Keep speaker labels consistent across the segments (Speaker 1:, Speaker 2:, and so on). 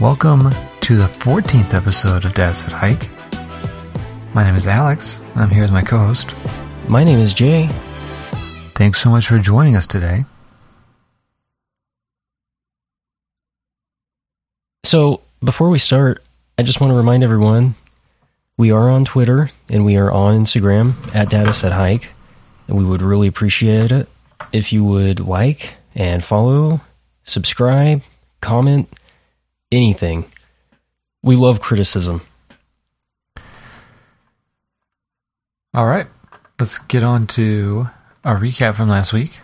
Speaker 1: Welcome to the 14th episode of Dad Said Hike. My name is Alex, and I'm here with my co host.
Speaker 2: My name is Jay.
Speaker 1: Thanks so much for joining us today.
Speaker 2: So, before we start, I just want to remind everyone we are on Twitter and we are on Instagram at Data Set Hike. And we would really appreciate it if you would like and follow, subscribe, comment, anything. We love criticism.
Speaker 1: All right, let's get on to our recap from last week.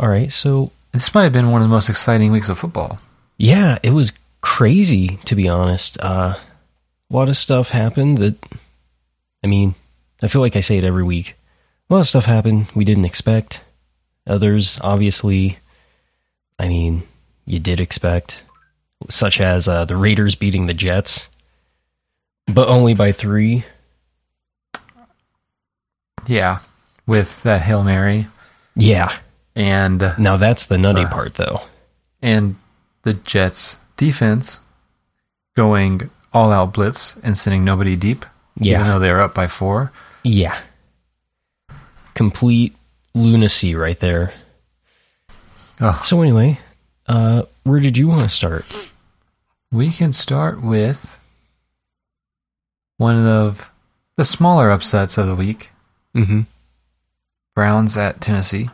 Speaker 2: All right. So,
Speaker 1: This might have been one of the most exciting weeks of football.
Speaker 2: yeah, it was crazy, to be honest. Uh, a lot of stuff happened that, I mean, I feel like I say it every week. A lot of stuff happened we didn't expect. Others, obviously, I mean, you did expect, such as uh, the Raiders beating the Jets, but only by three.
Speaker 1: Yeah, with that Hail Mary
Speaker 2: Yeah.
Speaker 1: and
Speaker 2: Now that's the nutty
Speaker 1: Uh.
Speaker 2: part, though.
Speaker 1: and the Jets defense going all out blitz and sending nobody deep. Even
Speaker 2: Yeah.
Speaker 1: though they were up by four.
Speaker 2: Yeah. Complete lunacy right there.
Speaker 1: Ugh.
Speaker 2: So anyway, uh, where did you want to start?
Speaker 1: We can start with one of the smaller upsets of the week
Speaker 2: Mm-hmm.
Speaker 1: Browns at Tennessee.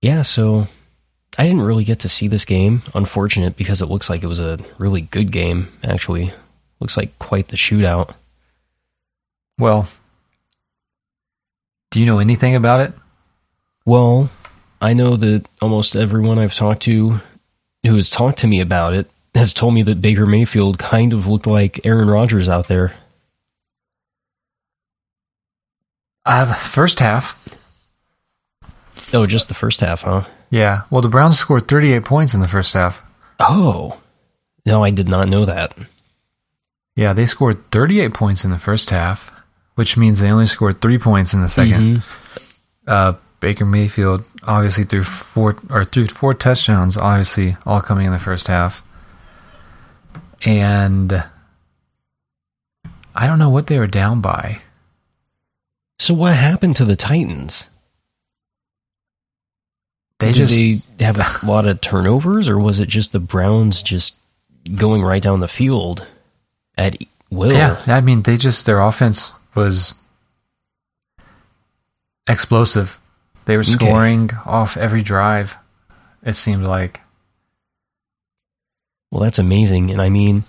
Speaker 2: Yeah, so I didn't really get to see this game. Unfortunate because it looks like it was a really good game. Actually, looks like quite the shootout.
Speaker 1: Well, do you know anything about it?
Speaker 2: Well, I know that almost everyone I've talked to who has talked to me about it has told me that Baker Mayfield kind of looked like Aaron Rodgers out there.
Speaker 1: Uh, first half.
Speaker 2: Oh, just the first half, huh?
Speaker 1: Yeah. Well, the Browns scored 38 points in the first half.
Speaker 2: Oh, no, I did not know that.
Speaker 1: Yeah, they scored 38 points in the first half, which means they only scored three points in the 2nd
Speaker 2: Mm-hmm.
Speaker 1: Uh, Baker Mayfield obviously threw four or threw four touchdowns, obviously all coming in the first half. And I don't know what they were down by.
Speaker 2: So what happened to the Titans?
Speaker 1: They
Speaker 2: Did
Speaker 1: just
Speaker 2: they have a lot of turnovers, or was it just the Browns just going right down the field at e-, will?
Speaker 1: yeah, I mean they just their offense was explosive. They were
Speaker 2: Okay.
Speaker 1: scoring off every drive. It seemed like
Speaker 2: Well, that's amazing. And I mean,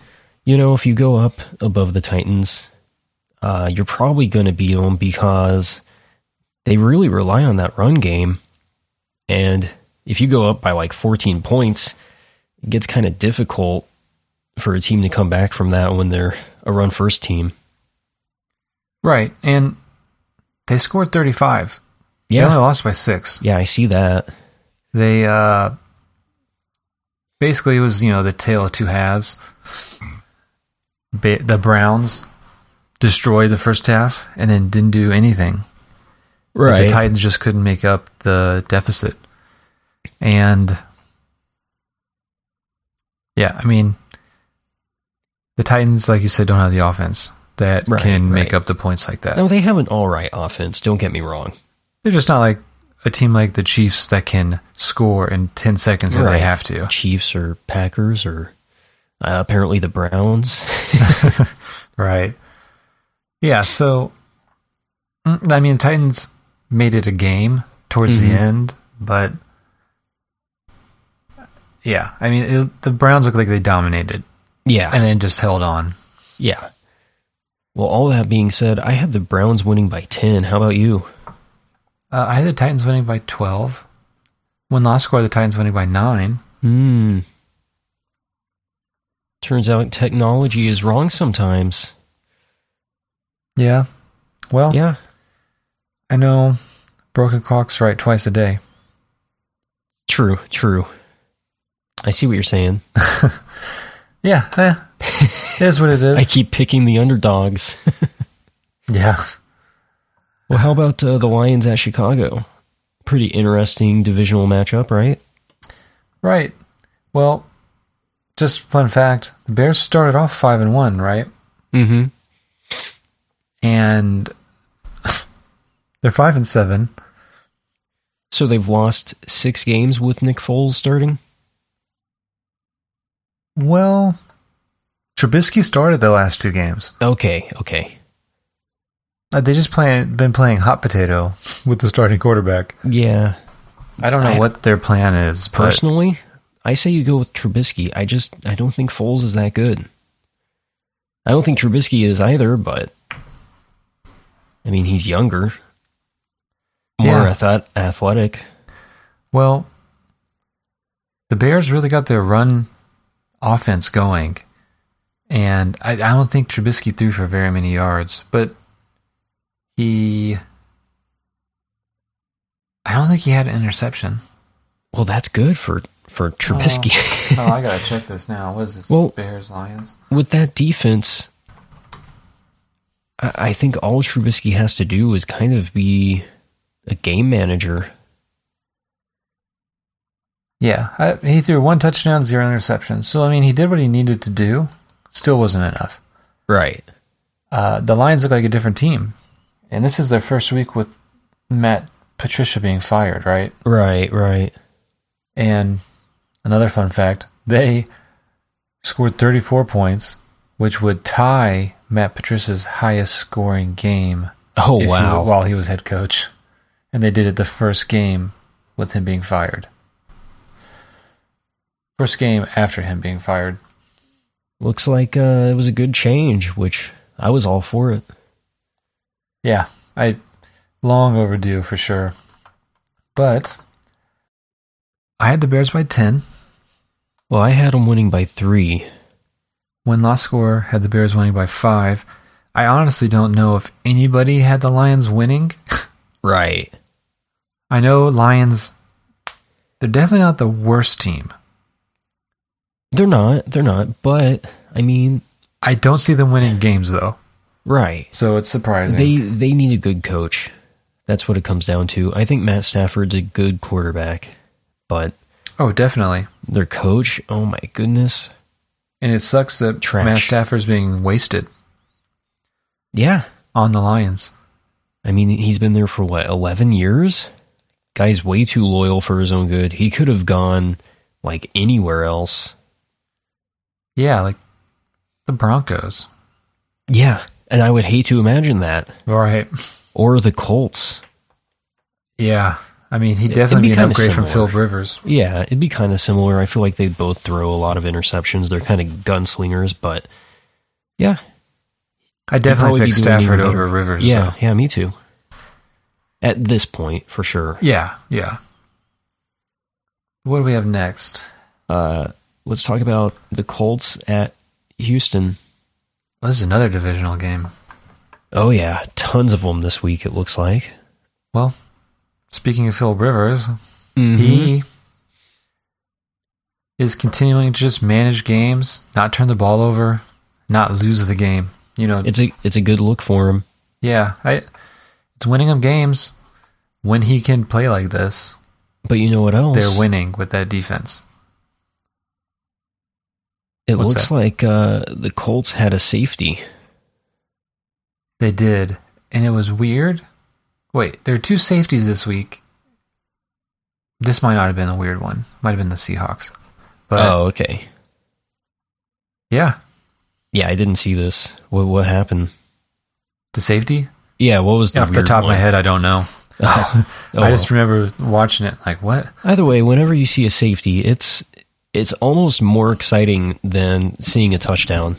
Speaker 2: you know, if you go up above the Titans, uh, you're probably going to beat them because they really rely on that run game. And if you go up by like 14 points, it gets kind of difficult for a team to come back from that when they're a run first team.
Speaker 1: right, and they scored thirty five. They only lost by six.
Speaker 2: Yeah, I see that.
Speaker 1: they uh basically it was you know the tale of two halves ba- the browns destroyed the first half and then didn't do anything Like, the titans just couldn't make up the deficit and yeah i mean the titans like you said don't have the offense that
Speaker 2: Right,
Speaker 1: can make
Speaker 2: right.
Speaker 1: up the points like that
Speaker 2: No, they have an all right offense. Don't get me wrong.
Speaker 1: they're just not like a team like the chiefs that can score in 10 seconds if they
Speaker 2: Right.
Speaker 1: have to
Speaker 2: Chiefs or Packers or uh, apparently the Browns.
Speaker 1: Right. Yeah. So, mm, I mean, Titans made it a game towards
Speaker 2: Mhm.
Speaker 1: the end, but yeah, I mean, it, the Browns look like they dominated
Speaker 2: yeah,
Speaker 1: and then just held on.
Speaker 2: yeah. Well, all that being said, I had the Browns winning by ten. How about you?
Speaker 1: Uh, I had the Titans winning by 12. When last score, the Titans winning by nine.
Speaker 2: Hmm. Turns out technology is wrong sometimes.
Speaker 1: Yeah. Well,
Speaker 2: Yeah,
Speaker 1: I know broken clocks right twice a day.
Speaker 2: true, true. I see what you're saying.
Speaker 1: Yeah. Eh, it is what it is.
Speaker 2: I keep picking the underdogs.
Speaker 1: yeah.
Speaker 2: well, how about uh, the Lions at Chicago? Pretty interesting divisional matchup, right?
Speaker 1: Right. Well, just fun fact: the Bears started off five and one, right?
Speaker 2: Mm-hmm.
Speaker 1: And they're five and seven.
Speaker 2: So they've lost six games with Nick Foles starting.
Speaker 1: Well, Trubisky started the last two games.
Speaker 2: Okay, okay,
Speaker 1: Uh, They just playing been playing hot potato with the starting quarterback.
Speaker 2: yeah.
Speaker 1: I don't know
Speaker 2: I-
Speaker 1: what their plan is. but-
Speaker 2: Personally, I say you go with Trubisky. I just I don't think Foles is that good. I don't think Trubisky is either, but I mean he's younger, more
Speaker 1: Yeah.
Speaker 2: ath- athletic.
Speaker 1: Well, the Bears really got their run offense going. And I, I don't think Trubisky threw for very many yards, but he. I don't think he had an interception.
Speaker 2: Well, that's good for for Trubisky.
Speaker 1: Oh, I gotta check this now. What is this?
Speaker 2: Well-
Speaker 1: Bears, Lions?
Speaker 2: with that defense, I, I think all Trubisky has to do is kind of be a game manager.
Speaker 1: Yeah, I, he threw one touchdown, zero interceptions. So, I mean, he did what he needed to do. Still wasn't enough.
Speaker 2: Right.
Speaker 1: Uh, the Lions look like a different team. And this is their first week with Matt Patricia being fired, right?
Speaker 2: Right, right.
Speaker 1: And another fun fact, they scored 34 points, which would tie Matt Patricia's highest scoring game
Speaker 2: Oh,
Speaker 1: if he-
Speaker 2: wow.
Speaker 1: while he was head coach. And they did it the first game with him being fired. First game after him being fired.
Speaker 2: Looks like uh, it was a good change, which I was all for it.
Speaker 1: Yeah, I long overdue for sure. But I had the Bears by 10.
Speaker 2: Well, I had him winning by three.
Speaker 1: When loss score had the Bears winning by five. I honestly don't know if anybody had the Lions winning.
Speaker 2: Right.
Speaker 1: I know Lions, they're definitely not the worst team.
Speaker 2: They're not. They're not. But, I mean,
Speaker 1: I don't see them winning games though,
Speaker 2: right.
Speaker 1: so it's surprising.
Speaker 2: They they need a good coach. That's what it comes down to. I think Matt Stafford's a good quarterback, but
Speaker 1: oh, definitely.
Speaker 2: their coach, oh my goodness.
Speaker 1: And it sucks that
Speaker 2: Trash.
Speaker 1: Matt Stafford's being wasted
Speaker 2: Yeah.
Speaker 1: on the Lions.
Speaker 2: I mean, he's been there for what, 11 years? Guy's way too loyal for his own good. He could have gone like anywhere else.
Speaker 1: Yeah, like the Broncos.
Speaker 2: Yeah. And I would hate to imagine that.
Speaker 1: Right.
Speaker 2: Or the Colts.
Speaker 1: Yeah. I mean, he'd
Speaker 2: It'd
Speaker 1: definitely
Speaker 2: be
Speaker 1: be an
Speaker 2: kinda
Speaker 1: upgrade from
Speaker 2: similar.
Speaker 1: Phil Rivers.
Speaker 2: Yeah, it'd be kind of similar. I feel like they both throw a lot of interceptions. They're kind of gunslingers, but yeah.
Speaker 1: I
Speaker 2: they'd probably
Speaker 1: definitely
Speaker 2: be
Speaker 1: picked
Speaker 2: doing even
Speaker 1: Stafford
Speaker 2: better.
Speaker 1: over Rivers.
Speaker 2: Yeah,
Speaker 1: so-
Speaker 2: yeah, me too. At this point, for sure.
Speaker 1: Yeah. Yeah. What do we have next?
Speaker 2: Uh, let's talk about the Colts at Houston.
Speaker 1: Well, this is another divisional game.
Speaker 2: Oh, yeah, tons of them this week, it looks like.
Speaker 1: Well, speaking of Phil Rivers,
Speaker 2: Mm-hmm.
Speaker 1: He is continuing to just manage games, not turn the ball over, not lose the game. You know,
Speaker 2: It's a it's a good look for him.
Speaker 1: yeah, I, it's winning them games when he can play like this.
Speaker 2: But you know what else?
Speaker 1: They're winning with that defense.
Speaker 2: it
Speaker 1: what's
Speaker 2: looks
Speaker 1: that?
Speaker 2: like uh, the Colts had a safety.
Speaker 1: They did, and it was weird. Wait, there are two safeties this week. This might not have been a weird one. Might have been the Seahawks. But
Speaker 2: oh, okay.
Speaker 1: yeah,
Speaker 2: Yeah, I didn't see this. What what happened?
Speaker 1: the safety.
Speaker 2: Yeah, what was the
Speaker 1: Off the
Speaker 2: weird
Speaker 1: top of my
Speaker 2: one?
Speaker 1: head, I don't know.
Speaker 2: Oh, oh,
Speaker 1: I just remember watching it like, what?
Speaker 2: well. Either way, whenever you see a safety, it's it's almost more exciting than seeing a touchdown.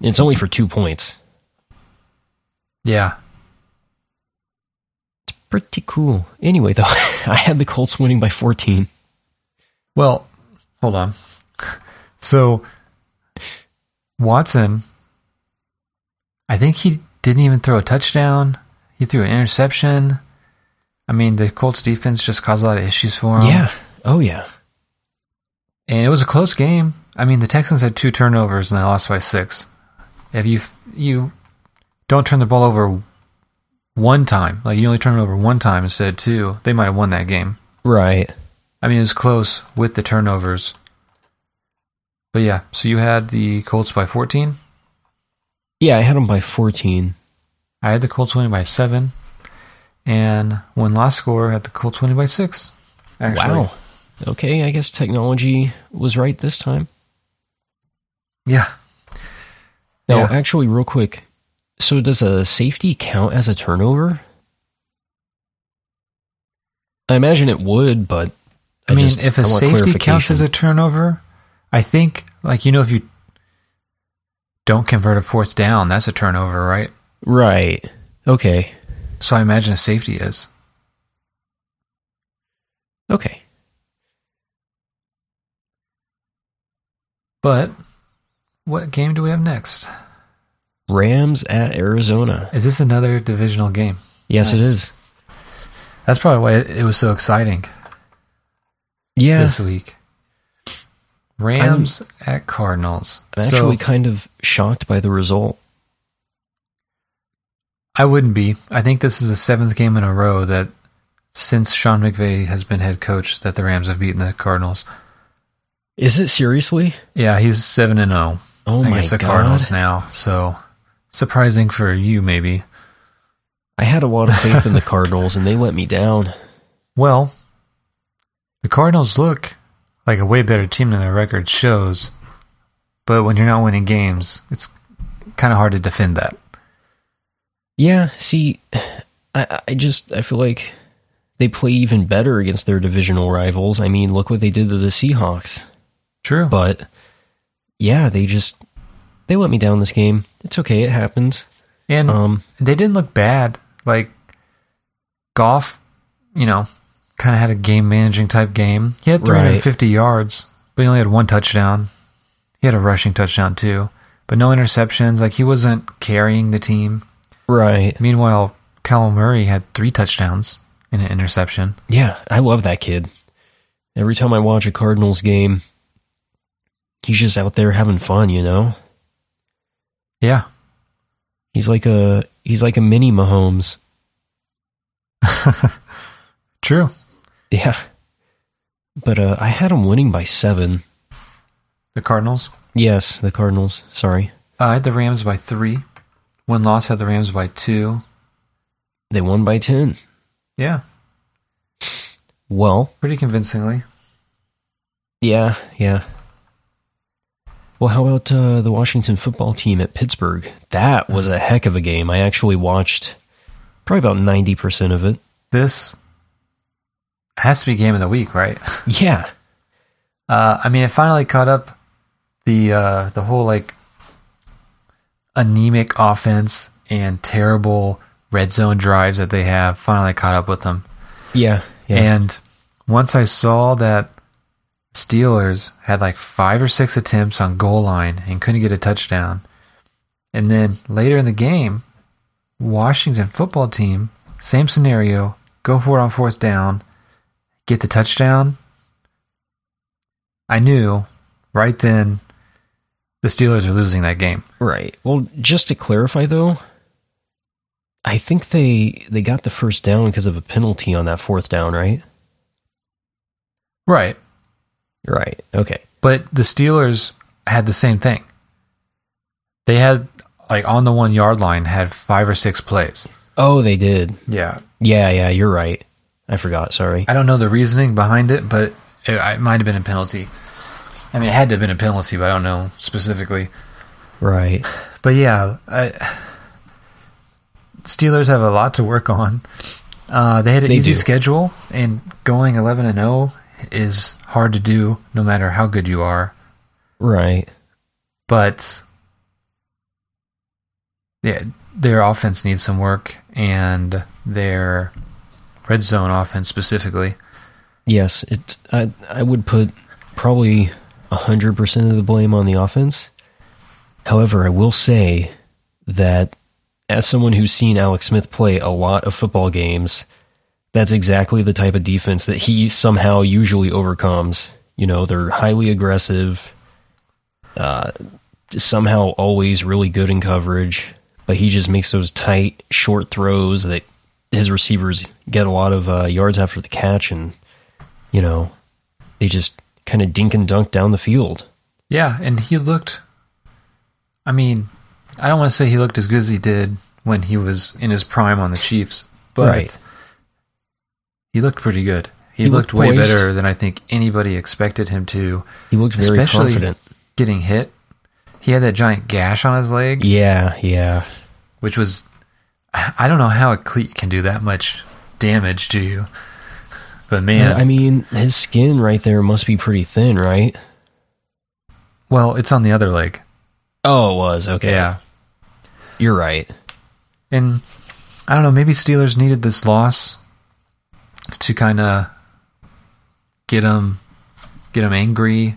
Speaker 2: It's only for two points.
Speaker 1: Yeah,
Speaker 2: Pretty cool. Anyway, though, I had the Colts winning by 14.
Speaker 1: Well, hold on. So Watson, I think he didn't even throw a touchdown. He threw an interception. I mean, the Colts defense just caused a lot of issues for him.
Speaker 2: yeah. Oh, yeah.
Speaker 1: and it was a close game. I mean, the Texans had two turnovers and they lost by six. If you you don't turn the ball over one time, like you only turn it over one time instead of two, they might have won that game.
Speaker 2: Right.
Speaker 1: I mean, it was close with the turnovers. But yeah, so you had the Colts by 14.
Speaker 2: Yeah, I had them by 14.
Speaker 1: I had the Colts winning by seven, and one last score had the Colts winning by six. Actually.
Speaker 2: Wow. Okay, I guess technology was right this time.
Speaker 1: Yeah.
Speaker 2: No,
Speaker 1: Yeah.
Speaker 2: actually, real quick. So, does a safety count as a turnover? I imagine it would, but
Speaker 1: I mean,
Speaker 2: just-
Speaker 1: if
Speaker 2: I
Speaker 1: a
Speaker 2: want
Speaker 1: safety counts as a turnover, I think, like, you know, if you don't convert a fourth down, that's a turnover, right?
Speaker 2: clarification. right? Okay,
Speaker 1: So I imagine a safety is.
Speaker 2: okay,
Speaker 1: But what game do we have next?
Speaker 2: Rams at Arizona.
Speaker 1: Is this another divisional game?
Speaker 2: Yes,
Speaker 1: Nice.
Speaker 2: it is.
Speaker 1: That's probably why it, it was so exciting
Speaker 2: Yeah,
Speaker 1: this week. Rams at Cardinals.
Speaker 2: I'm
Speaker 1: So-
Speaker 2: actually kind of shocked by the result.
Speaker 1: I wouldn't be. I think this is the seventh game in a row that since Sean McVay has been head coach that the Rams have beaten the Cardinals.
Speaker 2: Is it seriously?
Speaker 1: Yeah, he's seven and zero
Speaker 2: Oh my
Speaker 1: against the
Speaker 2: god!
Speaker 1: Cardinals now. So surprising for you, maybe.
Speaker 2: I had a lot of faith in the Cardinals, and they let me down.
Speaker 1: Well, the Cardinals look like a way better team than their record shows, but when you're not winning games, it's kind of hard to defend that.
Speaker 2: Yeah, see, I, I just I feel like they play even better against their divisional rivals. I mean, look what they did to the Seahawks.
Speaker 1: True, but
Speaker 2: But yeah, they just they let me down this game. It's okay, it happens.
Speaker 1: and
Speaker 2: Um,
Speaker 1: they didn't look bad. Like Goff, you know, kind of had a game managing type game. He had
Speaker 2: Right.
Speaker 1: 350 yards, but he only had one touchdown. He had a rushing touchdown too, but no interceptions. Like he wasn't carrying the team.
Speaker 2: right?
Speaker 1: Meanwhile, Kyle Murray had three touchdowns and an interception.
Speaker 2: Yeah, I love that kid. Every time I watch a Cardinals game, he's just out there having fun. You know,
Speaker 1: Yeah,
Speaker 2: he's like a he's like a mini Mahomes.
Speaker 1: true.
Speaker 2: Yeah, but uh, I had him winning by seven.
Speaker 1: The Cardinals.
Speaker 2: Yes, the Cardinals. Sorry.
Speaker 1: I had the Rams by three. One loss had the Rams by two.
Speaker 2: They won by 10.
Speaker 1: Yeah,
Speaker 2: Well,
Speaker 1: pretty convincingly.
Speaker 2: yeah, yeah. Well, how about uh, the Washington football team at Pittsburgh? That was a heck of a game. I actually watched probably about 90% of it.
Speaker 1: This has to be game of the week, right?
Speaker 2: Yeah.
Speaker 1: Uh, I mean, it finally caught up the uh, the whole like anemic offense and terrible red zone drives that they have. Finally caught up with them.
Speaker 2: Yeah. Yeah.
Speaker 1: And once I saw that Steelers had like five or six attempts on goal line and couldn't get a touchdown, and then later in the game, Washington football team same scenario go for it on fourth down, get the touchdown. I knew right then the Steelers are losing that game.
Speaker 2: right. Well, just to clarify though, I think they they got the first down because of a penalty on that fourth down, right?
Speaker 1: Right.
Speaker 2: Right. Okay.
Speaker 1: But the Steelers had the same thing. They had like on the one yard line had five or six plays.
Speaker 2: Oh, they did.
Speaker 1: Yeah,
Speaker 2: Yeah, yeah, you're right. I forgot, sorry.
Speaker 1: I don't know the reasoning behind it, but it, it might have been a penalty. I mean, it had to have been a penalty, but I don't know specifically.
Speaker 2: Right.
Speaker 1: But yeah, I, Steelers have a lot to work on. Uh, they had an
Speaker 2: They
Speaker 1: easy
Speaker 2: do.
Speaker 1: schedule, and going eleven and zero is hard to do, no matter how good you are.
Speaker 2: Right.
Speaker 1: but yeah, their offense needs some work, and their red zone offense specifically.
Speaker 2: Yes, it's I I would put probably hundred percent of the blame on the offense. However, I will say that as someone who's seen Alex Smith play a lot of football games, that's exactly the type of defense that he somehow usually overcomes. You know, they're highly aggressive, uh, somehow always really good in coverage, but he just makes those tight, short throws that his receivers get a lot of uh, yards after the catch and you know, they just kind of dink and dunk down the field.
Speaker 1: Yeah, and he looked. I mean, I don't want to say he looked as good as he did when he was in his prime on the Chiefs, but
Speaker 2: Right.
Speaker 1: he looked pretty good. He,
Speaker 2: He
Speaker 1: looked,
Speaker 2: looked
Speaker 1: way
Speaker 2: poised.
Speaker 1: better than I think anybody expected him to,
Speaker 2: He looked very
Speaker 1: especially
Speaker 2: confident.
Speaker 1: getting hit. He had that giant gash on his leg,
Speaker 2: Yeah, yeah.
Speaker 1: which was I don't know how a cleat can do that much damage to you. But man,
Speaker 2: I mean, his skin right there must be pretty thin, right?
Speaker 1: well, it's on the other leg.
Speaker 2: Oh, it was. Okay.
Speaker 1: Yeah.
Speaker 2: You're right.
Speaker 1: And I don't know, maybe Steelers needed this loss to kind of get them get them angry,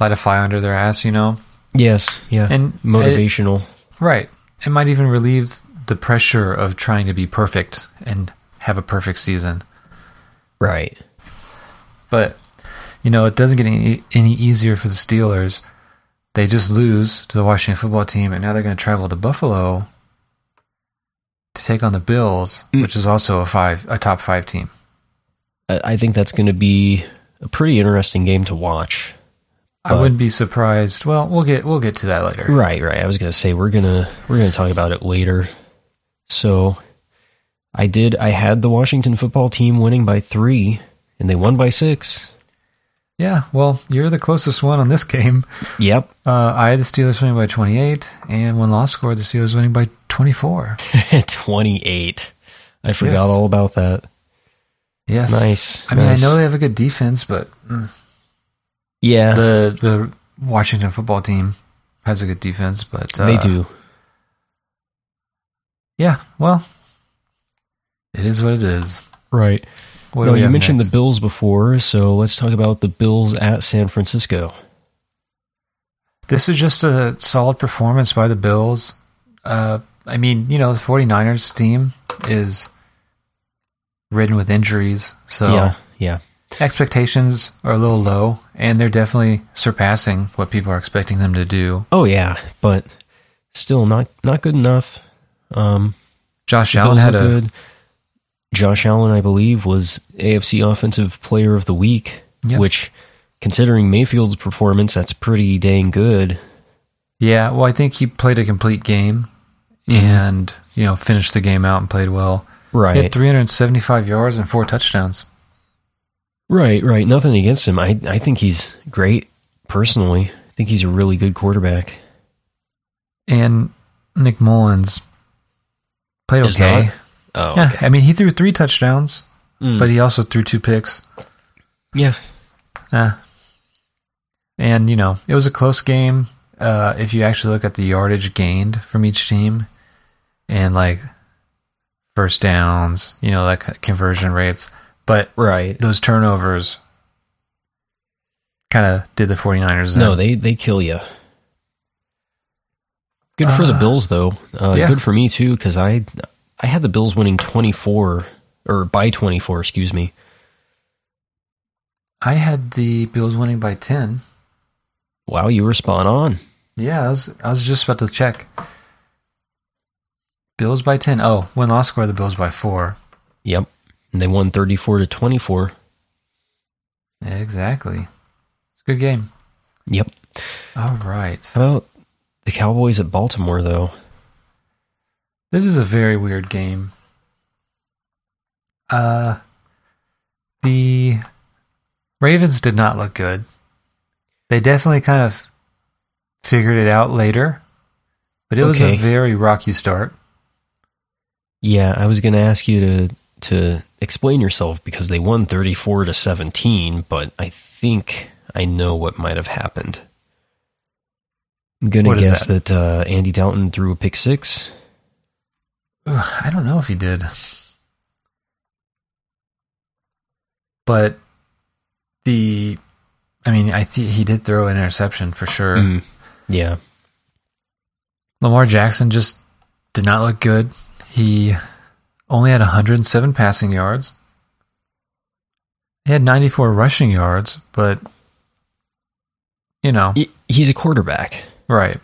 Speaker 1: light a fire under their ass, you know.
Speaker 2: Yes. Yeah.
Speaker 1: And
Speaker 2: motivational.
Speaker 1: Right. It might even relieve the pressure of trying to be perfect and have a perfect season.
Speaker 2: right.
Speaker 1: But you know, it doesn't get any, any easier for the Steelers. They just lose to the Washington football team, and now they're going to travel to Buffalo to take on the Bills,
Speaker 2: Mm.
Speaker 1: which is also a five, a top five team.
Speaker 2: I, I think that's going to be a pretty interesting game to watch.
Speaker 1: I
Speaker 2: But-
Speaker 1: wouldn't be surprised. Well, we'll get we'll get to that later.
Speaker 2: Right, right. I was gonna say we're gonna we're gonna talk about it later. So I did I had the Washington football team winning by three and they won by six.
Speaker 1: Yeah. Well, you're the closest one on this game.
Speaker 2: Yep.
Speaker 1: Uh, I had the Steelers winning by 28, and one loss score, the Steelers winning by 24.
Speaker 2: Twenty eight. I forgot
Speaker 1: Yes.
Speaker 2: all about that.
Speaker 1: Yes.
Speaker 2: Nice,
Speaker 1: I mean,
Speaker 2: nice.
Speaker 1: I know they have a good defense, but mm,
Speaker 2: Yeah.
Speaker 1: the the Washington football team has a good defense, but uh,
Speaker 2: they do.
Speaker 1: Yeah, well, it is what it is.
Speaker 2: Right.
Speaker 1: What
Speaker 2: no, you mentioned the Bills before, so let's talk about the Bills at San Francisco.
Speaker 1: This is just a solid performance by the Bills. Uh, I mean, you know, the 49ers team is ridden with injuries, so
Speaker 2: Yeah, yeah.
Speaker 1: expectations are a little low, and they're definitely surpassing what people are expecting them to do.
Speaker 2: Oh yeah, but still not not good enough. Um
Speaker 1: Josh
Speaker 2: Bills
Speaker 1: Allen had a
Speaker 2: look good. Josh Allen, I believe, was AFC Offensive Player of the Week,
Speaker 1: Yeah.
Speaker 2: which, considering Mayfield's performance, that's pretty dang good.
Speaker 1: Yeah, well, I think he played a complete game
Speaker 2: Mm-hmm.
Speaker 1: and, you know, finished the game out and played well. He had
Speaker 2: Right,
Speaker 1: 375 yards and four touchdowns.
Speaker 2: right, right. Nothing against him. I I think he's great personally. I think he's a really good quarterback.
Speaker 1: And Nick Mullins played
Speaker 2: Is
Speaker 1: okay.
Speaker 2: not- Oh,
Speaker 1: Yeah, I mean, he threw three touchdowns,
Speaker 2: Mm.
Speaker 1: but he also threw two picks.
Speaker 2: yeah,
Speaker 1: Eh. And, you know, it was a close game. Uh, if you actually look at the yardage gained from each team and, like, first downs, you know, like conversion rates. But
Speaker 2: right.
Speaker 1: those turnovers kind of did the 49ers in.
Speaker 2: No, they they kill you. Good for the
Speaker 1: Uh,
Speaker 2: Bills though. Uh,
Speaker 1: yeah.
Speaker 2: Good for me too because I I had the Bills winning twenty four or by twenty four. Excuse me.
Speaker 1: I had the Bills winning by 10.
Speaker 2: Wow, you were spot on.
Speaker 1: Yeah, I was, I was just about to check. Bills by 10. Oh, win loss score, the Bills by 4.
Speaker 2: Yep. And they won 34 to 24.
Speaker 1: Exactly. It's a good game.
Speaker 2: Yep.
Speaker 1: All right.
Speaker 2: How about the Cowboys at Baltimore, though?
Speaker 1: This is a very weird game. Uh, the Ravens did not look good. They definitely kind of figured it out later, but it was a
Speaker 2: Okay.
Speaker 1: very rocky start.
Speaker 2: Yeah, I was going to ask you to to explain yourself because they won 34 to 17, but I think I know what might have happened. I'm going to
Speaker 1: What is
Speaker 2: guess that, uh, Andy Dalton threw a pick six.
Speaker 1: Ugh, I don't know if he did, but the, I mean, I think he did throw an interception for sure.
Speaker 2: Mm. Yeah.
Speaker 1: Lamar Jackson just did not look good. He only had 107 passing yards. He had 94 rushing yards, but you know,
Speaker 2: He- he's a quarterback.
Speaker 1: right.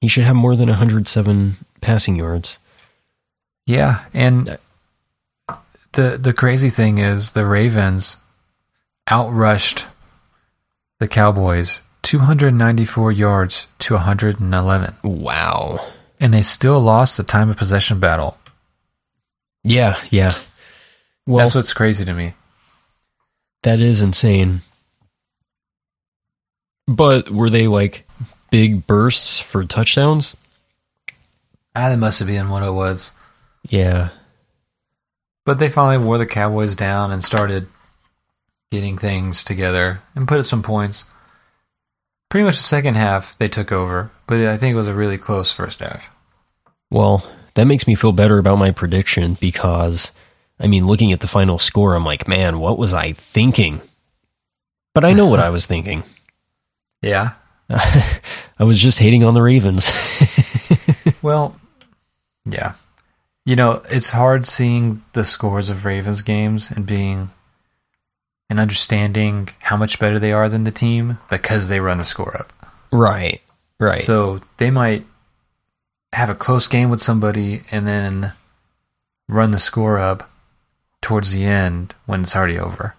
Speaker 2: He should have more than 107 passing yards.
Speaker 1: Yeah, and the the crazy thing is the Ravens outrushed the Cowboys 294 yards to 111,
Speaker 2: Wow.
Speaker 1: and they still lost the time of possession battle.
Speaker 2: Yeah, yeah. Well,
Speaker 1: That's what's crazy to me.
Speaker 2: that is insane. But were they like big bursts for touchdowns?
Speaker 1: Ah, that must have been what it was.
Speaker 2: Yeah.
Speaker 1: But they finally wore the Cowboys down and started getting things together and put up some points. Pretty much the second half they took over, but I think it was a really close first half.
Speaker 2: Well, that makes me feel better about my prediction because, I mean, looking at the final score, I'm like, man, what was I thinking? But I know what I was thinking.
Speaker 1: Yeah.
Speaker 2: I was just hating on the Ravens.
Speaker 1: Well, yeah. You know, it's hard seeing the scores of Ravens games and being and understanding how much better they are than the team because they run the score up.
Speaker 2: right, right.
Speaker 1: So they might have a close game with somebody and then run the score up towards the end when it's already over.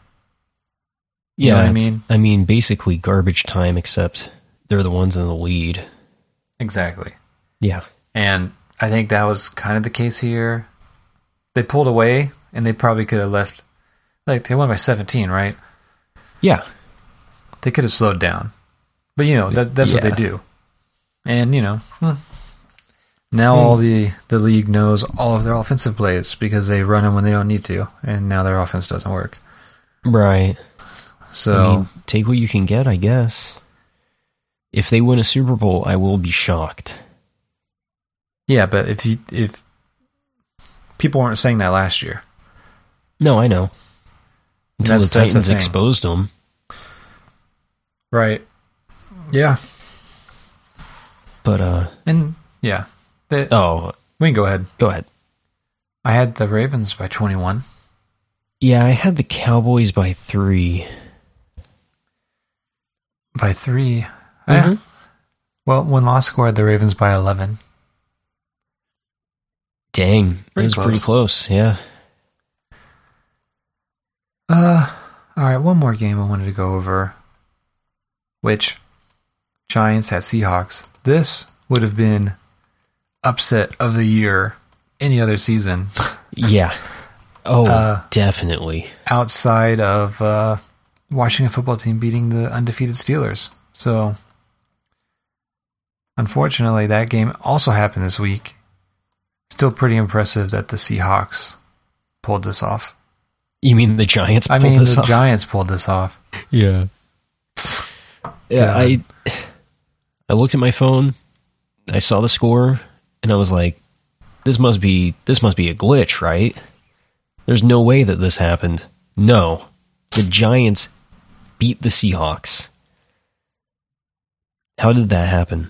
Speaker 1: you
Speaker 2: yeah,
Speaker 1: know what I
Speaker 2: it's-
Speaker 1: mean?
Speaker 2: I mean, basically garbage time, except they're the ones in the lead.
Speaker 1: Exactly.
Speaker 2: Yeah.
Speaker 1: And I think that was kind of the case here. They pulled away and they probably could have left like they won by 17, right?
Speaker 2: Yeah.
Speaker 1: They could have slowed down. But you know, that that's what they
Speaker 2: Yeah.
Speaker 1: do. And you know, hmm. now
Speaker 2: Hmm.
Speaker 1: all the the league knows all of their offensive plays because they run them when they don't need to and now their offense doesn't work.
Speaker 2: Right.
Speaker 1: So
Speaker 2: I mean, take what you can get, I guess. If they win a Super Bowl, I will be shocked.
Speaker 1: Yeah, but if you if people weren't saying that last year,
Speaker 2: No, I know. Until
Speaker 1: That's-
Speaker 2: the
Speaker 1: that's the
Speaker 2: Titans
Speaker 1: thing.
Speaker 2: exposed them.
Speaker 1: right? Yeah,
Speaker 2: But, uh,
Speaker 1: and yeah, the,
Speaker 2: oh,
Speaker 1: we can go ahead.
Speaker 2: go ahead.
Speaker 1: I had the Ravens by twenty one.
Speaker 2: Yeah, I had the Cowboys by three.
Speaker 1: by 3 Yeah.
Speaker 2: Mhm.
Speaker 1: Well, when loss score, I had the Ravens by eleven.
Speaker 2: Dang. It
Speaker 1: Pretty
Speaker 2: was pretty close. Yeah.
Speaker 1: Uh, all right, one more game I wanted to go over, which Giants at Seahawks. This would have been upset of the year any other season
Speaker 2: Yeah. Oh,
Speaker 1: Uh,
Speaker 2: definitely.
Speaker 1: outside of uh, Washington football team beating the undefeated Steelers. So, unfortunately, that game also happened this week. Still pretty impressive that the Seahawks pulled this off.
Speaker 2: You mean the Giants
Speaker 1: I
Speaker 2: pulled
Speaker 1: mean,
Speaker 2: this
Speaker 1: the
Speaker 2: off?
Speaker 1: Giants pulled this off.
Speaker 2: yeah. Yeah, I I looked at my phone, I saw the score, and I was like, this must be this must be a glitch, right? There's no way that this happened. No. The Giants beat the Seahawks. How did that happen?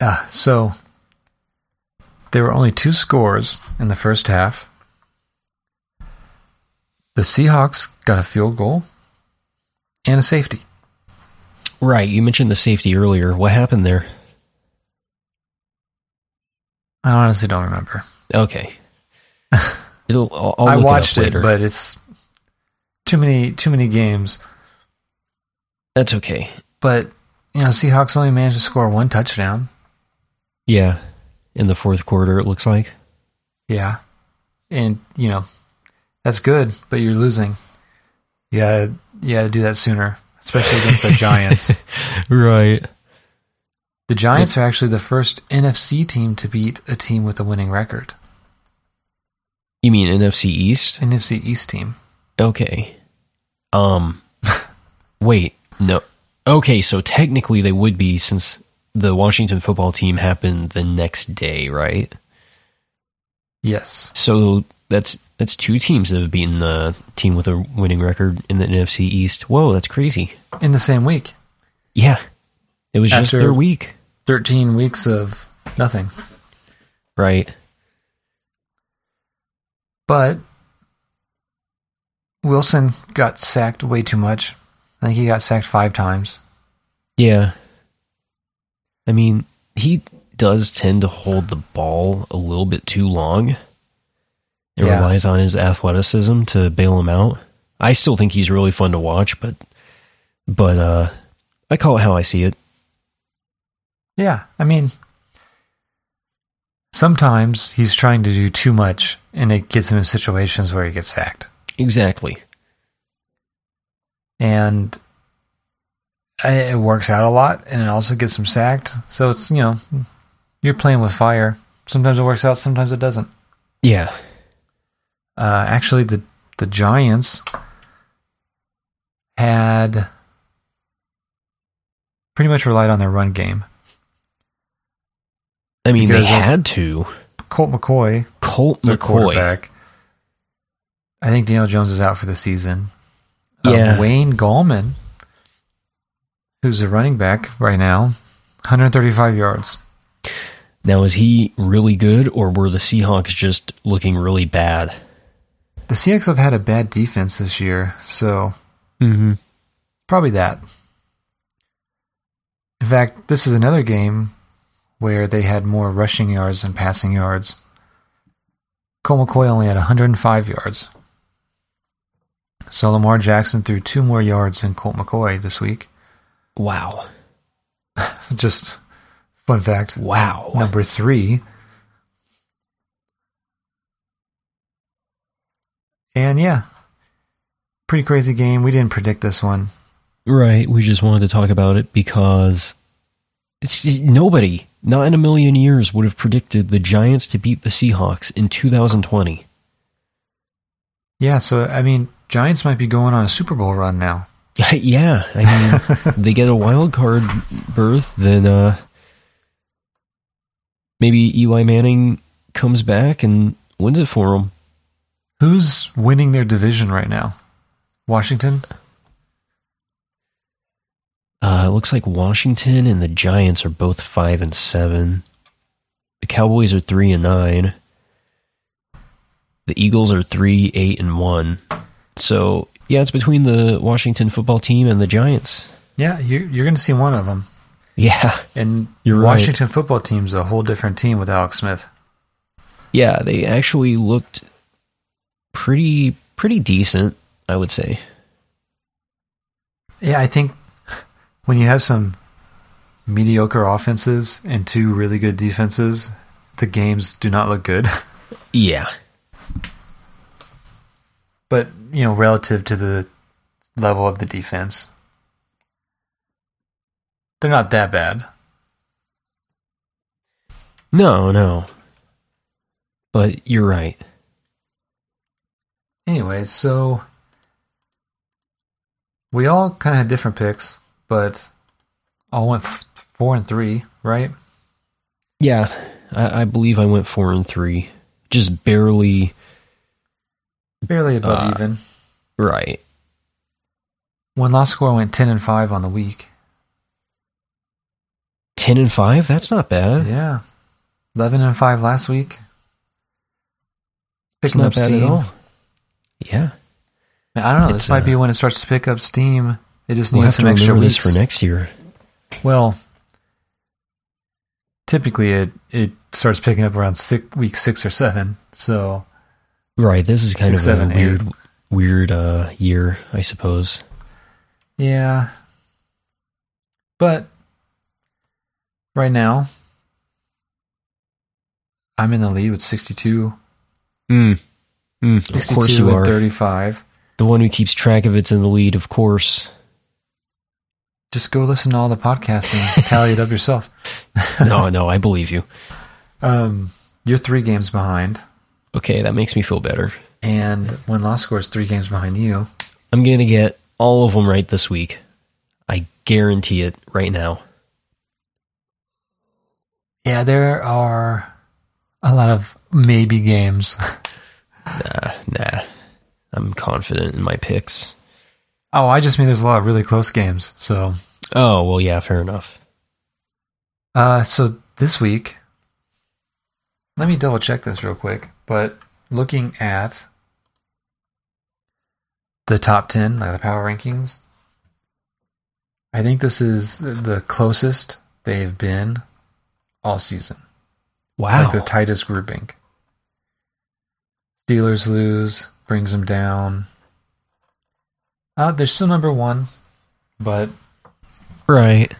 Speaker 1: Uh, so, there were only two scores in the first half. The Seahawks got a field goal and a safety.
Speaker 2: Right, you mentioned the safety earlier. What happened there?
Speaker 1: I honestly don't remember.
Speaker 2: Okay. It'll I'll, I'll
Speaker 1: i
Speaker 2: look
Speaker 1: watched
Speaker 2: it,
Speaker 1: it,
Speaker 2: up later.
Speaker 1: but it's too many too many games.
Speaker 2: That's okay.
Speaker 1: But you know, Seahawks only managed to score one touchdown.
Speaker 2: Yeah. In the fourth quarter it looks like.
Speaker 1: Yeah, and you know that's good, but you're losing. Yeah, you got to do that sooner, especially against the Giants.
Speaker 2: Right.
Speaker 1: The Giants are actually the first NFC team to beat a team with a winning record.
Speaker 2: You mean NFC East?
Speaker 1: NFC East team.
Speaker 2: Okay. Um wait, no. Okay, so technically they would be since the Washington football team happened the next day, right?
Speaker 1: Yes.
Speaker 2: So that's that's two teams that have beaten the team with a winning record in the NFC East. Whoa, that's crazy.
Speaker 1: In the same week,
Speaker 2: Yeah. It was just
Speaker 1: After-
Speaker 2: their week.
Speaker 1: thirteen weeks of nothing.
Speaker 2: Right.
Speaker 1: But Wilson got sacked way too much. I think he got sacked five times.
Speaker 2: Yeah. I mean, he does tend to hold the ball a little bit too long. It
Speaker 1: Yeah.
Speaker 2: relies on his athleticism to bail him out. I still think he's really fun to watch, but but uh I call it how I see it.
Speaker 1: Yeah, I mean, sometimes he's trying to do too much, and it gets him in situations where he gets sacked.
Speaker 2: Exactly.
Speaker 1: and it works out a lot and it also gets them sacked so it's you know you're playing with fire sometimes it works out sometimes it doesn't
Speaker 2: Yeah.
Speaker 1: uh, actually the the giants had pretty much relied on their run game
Speaker 2: I mean, they
Speaker 1: Because that's-
Speaker 2: had to.
Speaker 1: colt mccoy
Speaker 2: Colt
Speaker 1: their
Speaker 2: McCoy.
Speaker 1: quarterback i think daniel jones is out for the season
Speaker 2: Yeah.
Speaker 1: uh, wayne gallman who's a running back right now 135 yards
Speaker 2: Now, is he really good, or were the Seahawks just looking really bad?
Speaker 1: The Seahawks have had a bad defense this year, so
Speaker 2: Mm-hmm.
Speaker 1: probably that. In fact, this is another game where they had more rushing yards than passing yards. Cole McCoy only had 105 yards. So Lamar Jackson threw two more yards than Colt McCoy this week.
Speaker 2: Wow.
Speaker 1: Just fun fact.
Speaker 2: Wow.
Speaker 1: Number three. And yeah, pretty crazy game. We didn't predict this one.
Speaker 2: Right. We just wanted to talk about it because it's nobody, not in a million years, would have predicted the Giants to beat the Seahawks in 2020.
Speaker 1: Yeah, so I mean, Giants might be going on a Super Bowl run now.
Speaker 2: yeah. I mean, they get a wild card berth, then uh, maybe Eli Manning comes back and wins it for them.
Speaker 1: Who's winning their division right now? Washington?
Speaker 2: Uh, it looks like Washington and the Giants are both five and seven. The Cowboys are three and nine. The Eagles are three, eight, and one. So yeah, it's between the Washington football team and the Giants.
Speaker 1: Yeah, you're, you're going to see one of them.
Speaker 2: Yeah,
Speaker 1: And
Speaker 2: You're right.
Speaker 1: Washington football team's a whole different team with Alex Smith.
Speaker 2: yeah, they actually looked pretty pretty decent, I would say.
Speaker 1: Yeah, I think when you have some mediocre offenses and two really good defenses, the games do not look good.
Speaker 2: Yeah,
Speaker 1: but you know, relative to the level of the defense, they're not that bad.
Speaker 2: no, no, but you're right.
Speaker 1: Anyway, so we all kind of had different picks, but all went f- four and three, right?
Speaker 2: Yeah, I, I believe I went four and three, just barely.
Speaker 1: Barely above
Speaker 2: Uh,
Speaker 1: even.
Speaker 2: Right.
Speaker 1: One loss score went ten and five on the week.
Speaker 2: 10 and 5? That's not bad.
Speaker 1: Yeah, eleven and five last week.
Speaker 2: It's
Speaker 1: Picking
Speaker 2: not
Speaker 1: up
Speaker 2: bad
Speaker 1: steam.
Speaker 2: at all. Yeah.
Speaker 1: Man, I don't know.
Speaker 2: It's,
Speaker 1: this might
Speaker 2: uh,
Speaker 1: be when it starts to pick up steam. It just
Speaker 2: We'll have
Speaker 1: needs
Speaker 2: to
Speaker 1: some extra
Speaker 2: remember
Speaker 1: weeks
Speaker 2: this for next year.
Speaker 1: Well, typically it it starts picking up around six, week six or seven. So
Speaker 2: Right. This is kind
Speaker 1: Six,
Speaker 2: of
Speaker 1: seven,
Speaker 2: a weird, weird uh, year, I suppose.
Speaker 1: yeah, but right now I'm in the lead with 62, Hmm.
Speaker 2: Mm. Of
Speaker 1: 62
Speaker 2: course you
Speaker 1: and
Speaker 2: are.
Speaker 1: 35.
Speaker 2: The one who keeps track of it's in the lead, of course.
Speaker 1: Just go listen to all the podcasts and tally it up yourself.
Speaker 2: no, no, I believe you.
Speaker 1: Um, you're three games behind,
Speaker 2: Okay, that makes me feel better.
Speaker 1: and when loss score is three games behind you.
Speaker 2: I'm going to get all of them right this week. I guarantee it right now.
Speaker 1: Yeah, there are a lot of maybe games.
Speaker 2: Nah, Uh, nah. I'm confident in my picks.
Speaker 1: Oh, I just mean there's a lot of really close games. So,
Speaker 2: Oh, well, yeah, fair enough.
Speaker 1: uh, so this week, let me double check this real quick. But looking at the top ten, like the power rankings, I think this is the closest they've been all season.
Speaker 2: Wow.
Speaker 1: Like the tightest grouping. Steelers lose, brings them down. Uh, they're still number one, but
Speaker 2: right.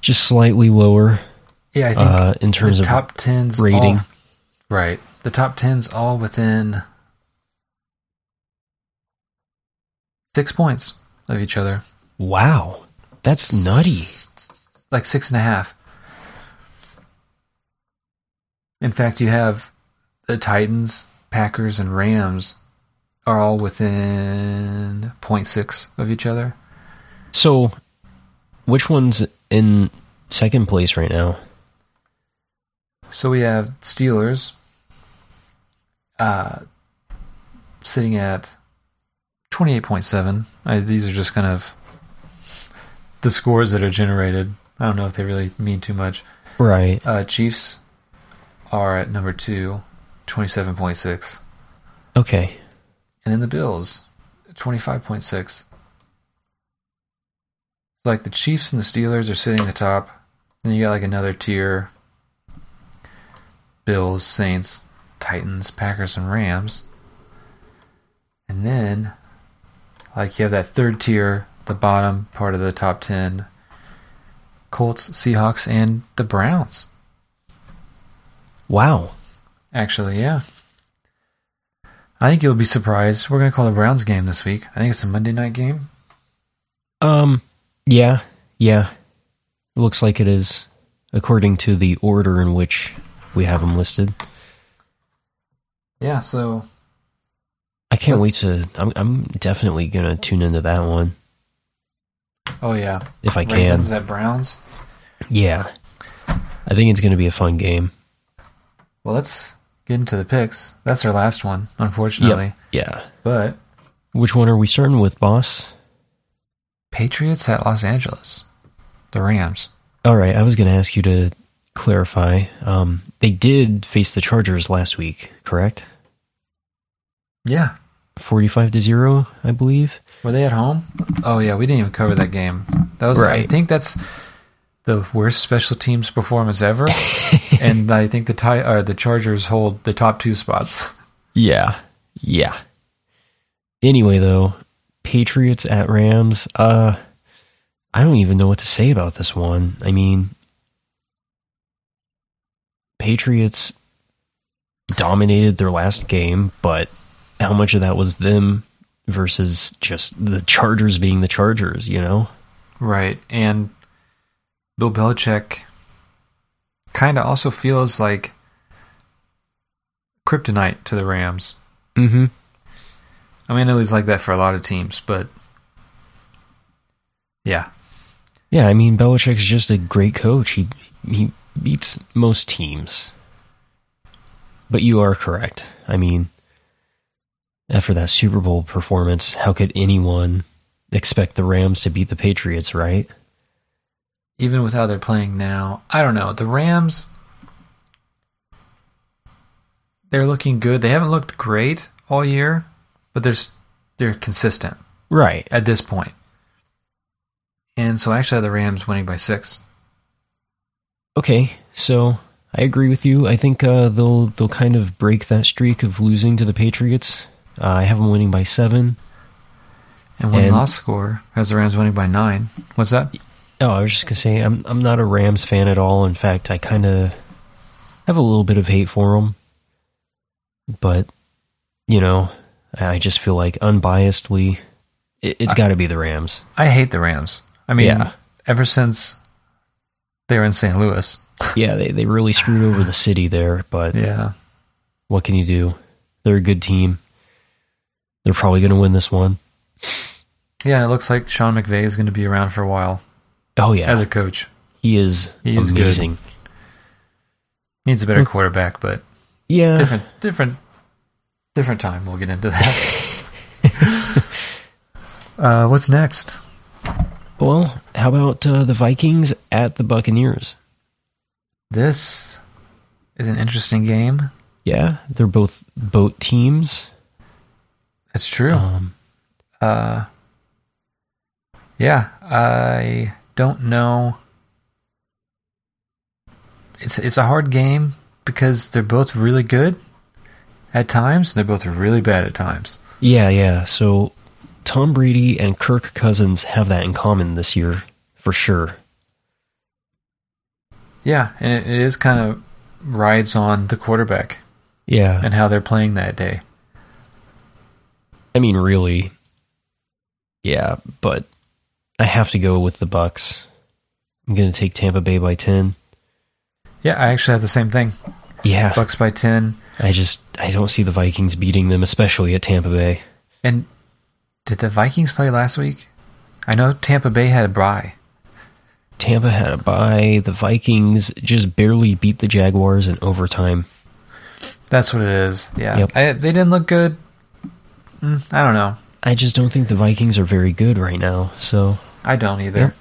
Speaker 2: Just slightly lower
Speaker 1: Yeah, I think
Speaker 2: uh, in terms
Speaker 1: the
Speaker 2: of
Speaker 1: top tens all-
Speaker 2: rating.
Speaker 1: right. The top tens all within six points of each other.
Speaker 2: wow. That's nutty.
Speaker 1: Like six and a half. In fact, you have the Titans, Packers, and Rams are all within 0.6 of each other.
Speaker 2: So, which one's in second place right now?
Speaker 1: So we have Steelers uh, sitting at 28.7. I, these are just kind of the scores that are generated. I don't know if they really mean too much.
Speaker 2: Right.
Speaker 1: Uh, Chiefs are at number two, 27.6.
Speaker 2: Okay.
Speaker 1: And then the Bills, 25.6. Like the Chiefs and the Steelers are sitting at the top. Then you got like another tier Bills, Saints, Titans, Packers, and Rams. And then, like, you have that third tier, the bottom part of the top 10 Colts, Seahawks, and the Browns.
Speaker 2: Wow.
Speaker 1: Actually, yeah. I think you'll be surprised. We're going to call the Browns game this week. I think it's a Monday night game.
Speaker 2: Um. Yeah. Yeah. Looks like it is, according to the order in which we have them listed.
Speaker 1: Yeah, so
Speaker 2: I can't
Speaker 1: Let's-
Speaker 2: wait to. I'm, I'm definitely gonna tune into that one
Speaker 1: oh yeah.
Speaker 2: if I can.
Speaker 1: Ravens at Browns.
Speaker 2: Yeah. I think it's gonna be a fun game.
Speaker 1: Well, let's get into the picks. That's our last one, unfortunately.
Speaker 2: Yeah.
Speaker 1: But
Speaker 2: Which one are we starting with, boss?
Speaker 1: Patriots at Los Angeles. The Rams.
Speaker 2: All right. I was gonna ask you to clarify. Um, they did face the Chargers last week, correct?
Speaker 1: Yeah.
Speaker 2: Forty-five to zero, I believe.
Speaker 1: Were they at home? Oh yeah, we didn't even cover that game. That was I
Speaker 2: Right.
Speaker 1: think that's the worst special teams performance ever. and I think the tie, or the Chargers hold the top two spots.
Speaker 2: Yeah. Yeah. Anyway, though, Patriots at Rams. Uh, I don't even know what to say about this one. I mean, Patriots dominated their last game, but how much of that was them versus just the Chargers being the Chargers, you know?
Speaker 1: Right. And Bill Belichick kind of also feels like kryptonite to the Rams.
Speaker 2: Mm hmm.
Speaker 1: I mean, I know he's like that for a lot of teams, but yeah.
Speaker 2: Yeah, I mean, Belichick's just a great coach. He he beats most teams. But you are correct. I mean, after that Super Bowl performance, how could anyone expect the Rams to beat the Patriots, right?
Speaker 1: Even with how they're playing now, I don't know. The Rams, they're looking good. They haven't looked great all year, but they're, s- they're consistent
Speaker 2: Right.
Speaker 1: at this point. And so I actually have the Rams winning by six.
Speaker 2: Okay. So, I agree with you. I think uh, they'll they'll kind of break that streak of losing to the Patriots. Uh, I have them winning by 7.
Speaker 1: And one
Speaker 2: And-
Speaker 1: loss score has the Rams winning by nine. What's that?
Speaker 2: Oh, I was just gonna say I'm I'm not a Rams fan at all. In fact, I kind of have a little bit of hate for them, but you know, I I just feel like unbiasedly, it, it's got to be the Rams.
Speaker 1: I hate the Rams. I mean,
Speaker 2: Yeah.
Speaker 1: ever since they were in St. Louis.
Speaker 2: Yeah, they they really screwed over the city there, but
Speaker 1: Yeah.
Speaker 2: what can you do? They're a good team. They're probably gonna win this one.
Speaker 1: Yeah, and it looks like Sean McVay is going to be around for a while
Speaker 2: Oh yeah,
Speaker 1: as a coach.
Speaker 2: he is
Speaker 1: He is good.
Speaker 2: amazing.
Speaker 1: Needs a better quarterback, but
Speaker 2: Yeah,
Speaker 1: different, different, different time. We'll get into that. uh, what's next?
Speaker 2: well, how about uh, the Vikings at the Buccaneers?
Speaker 1: This is an interesting game.
Speaker 2: Yeah, they're both boat teams.
Speaker 1: It's true.
Speaker 2: Um,
Speaker 1: Uh, yeah, I don't know. It's it's a hard game because they're both really good at times. They're both really bad at times.
Speaker 2: Yeah, yeah. So Tom Brady and Kirk Cousins have that in common this year for sure.
Speaker 1: Yeah, and it, it is kind of rides on the quarterback
Speaker 2: Yeah.
Speaker 1: and how they're playing that day.
Speaker 2: I mean, really. Yeah, but I have to go with the Bucks. I'm going to take Tampa Bay by 10.
Speaker 1: Yeah, I actually have the same thing.
Speaker 2: Yeah.
Speaker 1: Bucks by 10.
Speaker 2: I just I don't see the Vikings beating them, especially at Tampa Bay.
Speaker 1: And did the Vikings play last week? I know Tampa Bay had a bye.
Speaker 2: Tampa had a bye. The Vikings just barely beat the Jaguars in overtime.
Speaker 1: That's what it is. Yeah.
Speaker 2: Yep.
Speaker 1: I, they didn't look good. Mm, I don't know.
Speaker 2: I just don't think the Vikings are very good right now. So,
Speaker 1: I don't either.
Speaker 2: Yep.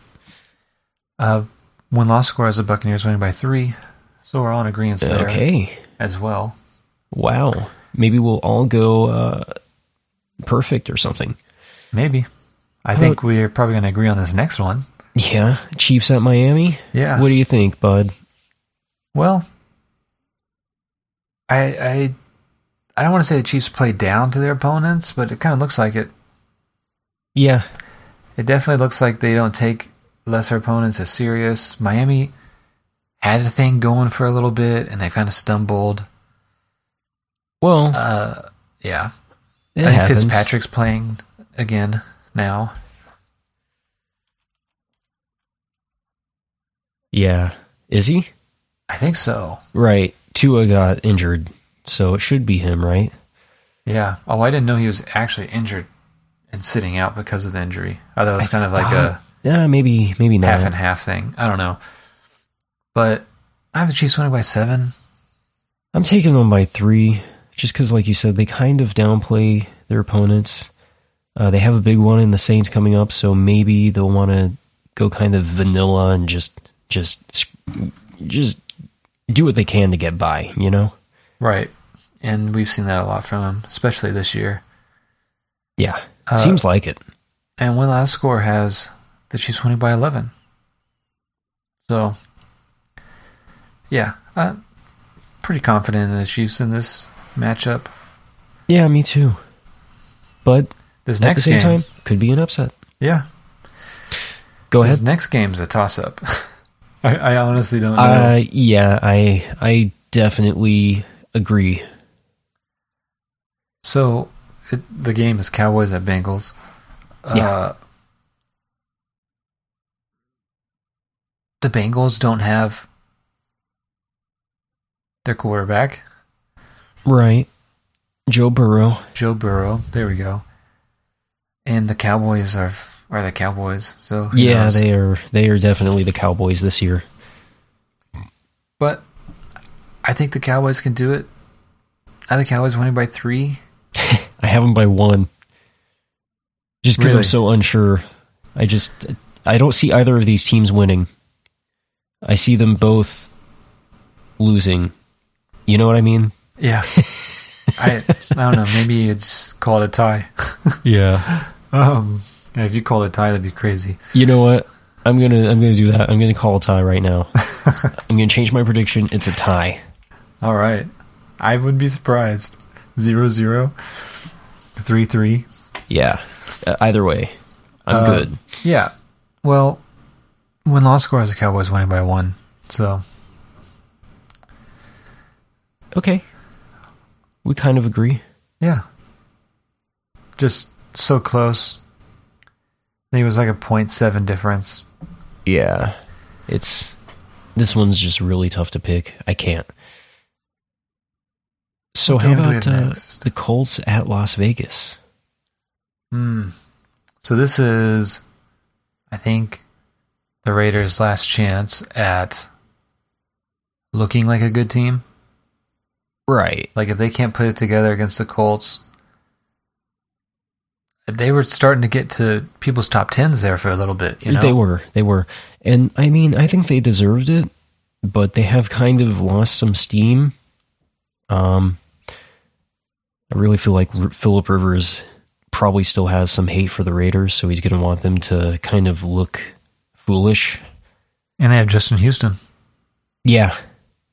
Speaker 1: Uh, one loss score as the Buccaneers winning by three. So we're all in agreement there
Speaker 2: okay.
Speaker 1: as well.
Speaker 2: Wow. Maybe we'll all go uh, perfect or something.
Speaker 1: Maybe. I
Speaker 2: How
Speaker 1: think we're probably going to agree on this next one.
Speaker 2: Yeah. Chiefs at Miami?
Speaker 1: Yeah.
Speaker 2: What do you think, bud?
Speaker 1: Well, I I I don't want to say the Chiefs played down to their opponents, but it kind of looks like it.
Speaker 2: Yeah.
Speaker 1: It definitely looks like they don't take lesser opponents as serious. Miami had a thing going for a little bit, and they kind of stumbled.
Speaker 2: Well,
Speaker 1: Uh, yeah,
Speaker 2: it
Speaker 1: I think
Speaker 2: happens.
Speaker 1: Fitzpatrick's playing again now.
Speaker 2: Yeah. Is he?
Speaker 1: I think so.
Speaker 2: Right. Tua got injured, so it should be him, right?
Speaker 1: Yeah. Oh, I didn't know he was actually injured and sitting out because of the injury. I thought it was
Speaker 2: I
Speaker 1: kind of like
Speaker 2: thought-
Speaker 1: a
Speaker 2: Ah, Yeah, maybe maybe not.
Speaker 1: half and half thing. I don't know. But I have the Chiefs winning by seven.
Speaker 2: I'm taking them by three, just because, like you said, they kind of downplay their opponents. Uh, they have a big one in the Saints coming up, so maybe they'll want to go kind of vanilla and just just just do what they can to get by. You know?
Speaker 1: Right. And we've seen that a lot from them, especially this year.
Speaker 2: Yeah.
Speaker 1: Uh,
Speaker 2: Seems like it.
Speaker 1: And one last score has the Chiefs winning by 11. So, yeah, I'm pretty confident in the Chiefs in this matchup.
Speaker 2: Yeah, me too. But
Speaker 1: This
Speaker 2: at
Speaker 1: next
Speaker 2: the same
Speaker 1: game,
Speaker 2: time, could be an upset.
Speaker 1: yeah,
Speaker 2: Go ahead.
Speaker 1: this next game's a toss-up. I, I honestly don't know.
Speaker 2: Uh, yeah, I I definitely agree.
Speaker 1: So it, the game is Cowboys at Bengals.
Speaker 2: Yeah.
Speaker 1: Uh, the Bengals don't have their quarterback,
Speaker 2: Right. Joe Burrow.
Speaker 1: Joe Burrow. There we go. And the Cowboys are f- are the Cowboys. So who
Speaker 2: yeah,
Speaker 1: knows?
Speaker 2: they are they are definitely the Cowboys this year.
Speaker 1: But I think the Cowboys can do it. I think Cowboys winning by three.
Speaker 2: I have them by one. Just because I'm
Speaker 1: Really?
Speaker 2: so unsure. I just I don't see either of these teams winning. I see them both losing. You know what I mean?
Speaker 1: Yeah. I I don't know. Maybe it's called a tie.
Speaker 2: Yeah.
Speaker 1: Um, yeah, if you call it a tie, that'd be crazy.
Speaker 2: You know what? I'm gonna I'm gonna do that. I'm gonna call a tie right now. I'm gonna change my prediction. It's a tie.
Speaker 1: All right. I would be surprised. Zero zero. Three three.
Speaker 2: Yeah. Uh, either way, I'm
Speaker 1: Uh,
Speaker 2: good.
Speaker 1: Yeah. Well, when loss score is the Cowboys winning by one. So
Speaker 2: Okay. We kind of agree.
Speaker 1: yeah. Just so close. I think it was like a point seven difference.
Speaker 2: Yeah. It's this one's just really tough to pick. I can't. So
Speaker 1: What
Speaker 2: how
Speaker 1: game do we
Speaker 2: about
Speaker 1: have
Speaker 2: uh,
Speaker 1: next?
Speaker 2: the Colts at Las Vegas?
Speaker 1: Hmm. So this is I think the Raiders' last chance at looking like a good team.
Speaker 2: Right.
Speaker 1: Like if they can't put it together against the Colts, they were starting to get to people's top tens there for a little bit. You know,
Speaker 2: They were. They were. And I mean, I think they deserved it, but they have kind of lost some steam. Um I really feel like R- Philip Rivers probably still has some hate for the Raiders, so he's going to want them to kind of look foolish
Speaker 1: and they have Justin Houston.
Speaker 2: Yeah.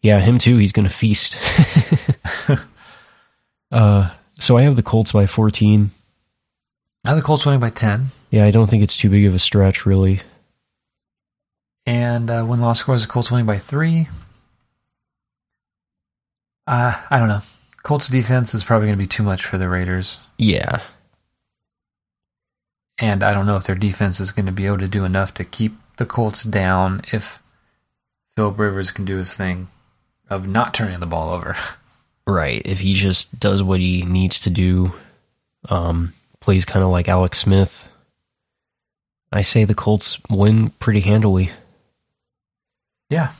Speaker 2: Yeah, him too. He's going to feast. uh, so I have the Colts by 14.
Speaker 1: Now the Colts winning by ten.
Speaker 2: Yeah, I don't think it's too big of a stretch, really.
Speaker 1: And uh, when loss scores the Colts winning by three. Uh, I don't know. Colts defense is probably going to be too much for the Raiders.
Speaker 2: Yeah.
Speaker 1: And I don't know if their defense is going to be able to do enough to keep the Colts down if Philip Rivers can do his thing of not turning the ball over.
Speaker 2: Right. If he just does what he needs to do, um, plays kind of like Alex Smith, I say the Colts win pretty handily.
Speaker 1: Yeah.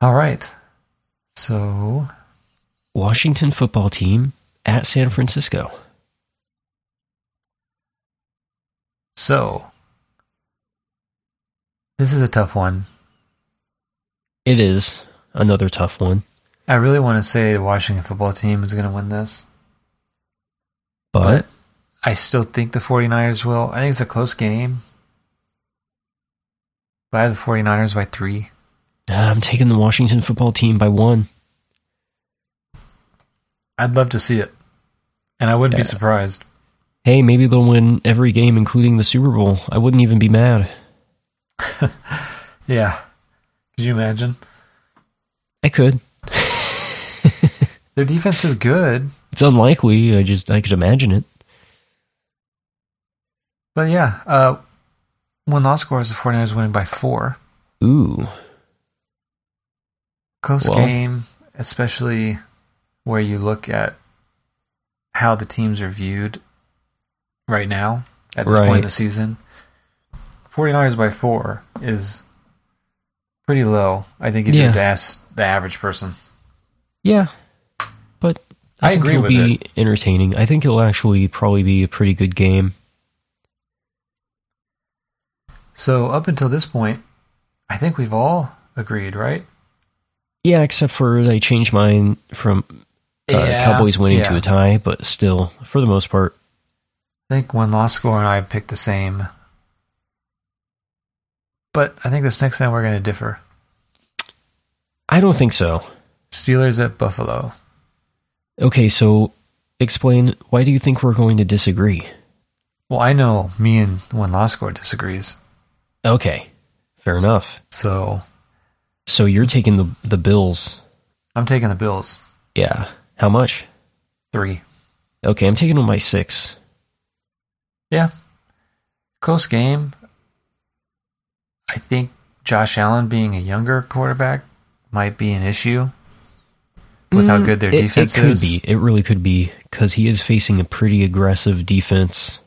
Speaker 1: All right. So,
Speaker 2: Washington football team at San Francisco.
Speaker 1: So, this is a tough one.
Speaker 2: It is another tough one,
Speaker 1: I really want to say the Washington football team is going to win this,
Speaker 2: but,
Speaker 1: I still think the 49ers will. I think it's a close game. But I have the 49ers by three.
Speaker 2: Nah, I'm taking the Washington football team by one.
Speaker 1: I'd love to see it. And I wouldn't be
Speaker 2: Yeah.
Speaker 1: surprised.
Speaker 2: Hey, maybe they'll win every game, including the Super Bowl. I wouldn't even be mad.
Speaker 1: Yeah. Could you imagine?
Speaker 2: I could.
Speaker 1: Their defense is good.
Speaker 2: It's unlikely. I just I could imagine it.
Speaker 1: But yeah, uh, when loss scores, the 49ers winning by four.
Speaker 2: Ooh,
Speaker 1: Close
Speaker 2: Well-
Speaker 1: game, especially where you look at how the teams are viewed right now at this point
Speaker 2: Right.
Speaker 1: in the season. 49ers by four is pretty low, I think, if you
Speaker 2: Yeah.
Speaker 1: had to ask the average person.
Speaker 2: yeah, but I,
Speaker 1: I
Speaker 2: think
Speaker 1: agree
Speaker 2: it'll
Speaker 1: with
Speaker 2: be entertaining. I think it'll actually probably be a pretty good game.
Speaker 1: So up until this point, I think we've all agreed, right?
Speaker 2: Yeah, except for I changed mine from uh, Cowboys winning to a
Speaker 1: I
Speaker 2: tie, but still, for the most part,
Speaker 1: think one loss score and I picked the same. But I think this next time we're going to differ.
Speaker 2: I don't think so.
Speaker 1: Steelers at Buffalo.
Speaker 2: Okay, so explain why do you think we're going to disagree?
Speaker 1: Well, I know me and one loss score disagrees.
Speaker 2: Okay, fair enough.
Speaker 1: So
Speaker 2: So you're taking the the Bills.
Speaker 1: I'm taking the Bills.
Speaker 2: Yeah, how much?
Speaker 1: Three.
Speaker 2: Okay, I'm taking them by six.
Speaker 1: Yeah. Close game. I think Josh Allen being a younger quarterback might be an issue with how good their
Speaker 2: Mm, It-
Speaker 1: defense
Speaker 2: it could
Speaker 1: is.
Speaker 2: be. It really could be because he is facing a pretty aggressive defense.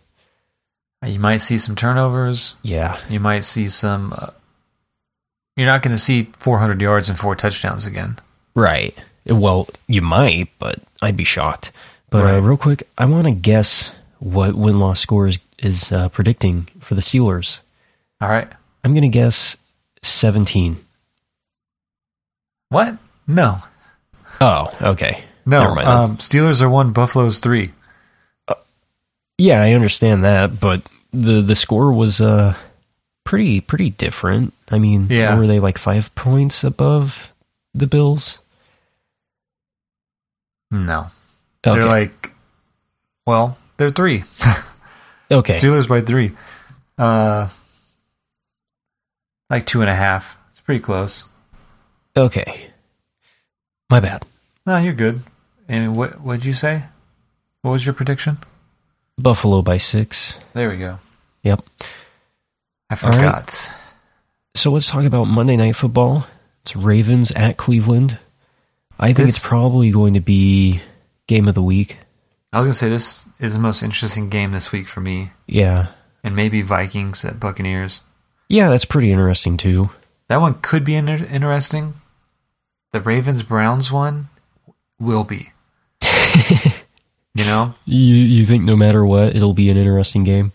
Speaker 1: You might see some turnovers.
Speaker 2: Yeah,
Speaker 1: You might see some. Uh, you're not going to see 400 yards and four touchdowns again.
Speaker 2: right. Well, you might, but I'd be shocked. But
Speaker 1: Right.
Speaker 2: uh, real quick, I want to guess what win loss score is, is uh, predicting for the Steelers.
Speaker 1: All right.
Speaker 2: I'm going to guess 17.
Speaker 1: What? No.
Speaker 2: Oh, okay.
Speaker 1: No.
Speaker 2: Never mind.
Speaker 1: Um, Steelers are one, Buffalo's three.
Speaker 2: yeah, I understand that, but the the score was uh pretty pretty different. I mean,
Speaker 1: Yeah.
Speaker 2: were they like five points above the Bills?
Speaker 1: No.
Speaker 2: Okay.
Speaker 1: They're like, well, they're three.
Speaker 2: okay.
Speaker 1: Steelers by three. Uh, like two and a half. It's pretty close.
Speaker 2: Okay. My bad.
Speaker 1: No, you're good. And what what'd you say? What was your prediction?
Speaker 2: Buffalo by six.
Speaker 1: There we go.
Speaker 2: Yep.
Speaker 1: I
Speaker 2: All right.
Speaker 1: forgot.
Speaker 2: So let's talk about Monday Night Football. It's Ravens at Cleveland. I think
Speaker 1: This-
Speaker 2: it's probably going to be game of the week.
Speaker 1: I was gonna say this is the most interesting game this week for me,
Speaker 2: Yeah.
Speaker 1: and maybe Vikings at Buccaneers.
Speaker 2: Yeah, that's pretty interesting too.
Speaker 1: That one could be inter- interesting. The Ravens Browns one will be. you know?
Speaker 2: You you think no matter what, it'll be an interesting game?